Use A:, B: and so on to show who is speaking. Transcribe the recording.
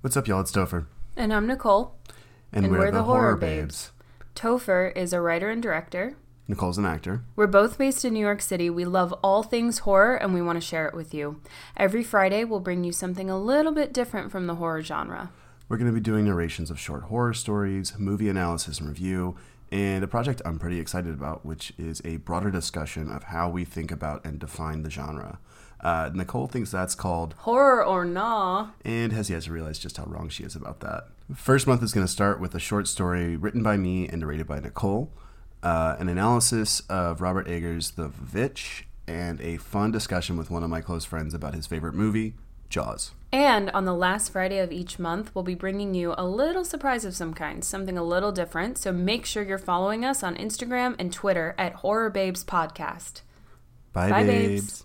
A: What's up, y'all? It's Topher.
B: And I'm Nicole.
A: And, we're, the, Horror, babes.
B: Topher is a writer and director.
A: Nicole's an actor.
B: We're both based in New York City. We love all things horror and we want to share it with you. Every Friday, we'll bring you something a little bit different from the horror genre.
A: We're going to be doing narrations of short horror stories, movie analysis and review, and a project I'm pretty excited about, which is a broader discussion of how we think about and define the genre. Uh, Nicole thinks that's called
B: Horror or nah.
A: and has yet to realize just how wrong she is about that. First month is going to start with a short story written by me and narrated by Nicole, uh, an analysis of Robert Eggers' The Vitch, and a fun discussion with one of my close friends about his favorite movie, Jaws.
B: And on the last Friday of each month, we'll be bringing you a little surprise of some kind, something a little different. So make sure you're following us on Instagram and Twitter at Horror Babes Podcast.
A: Bye,
B: Bye,
A: babes.
B: babes.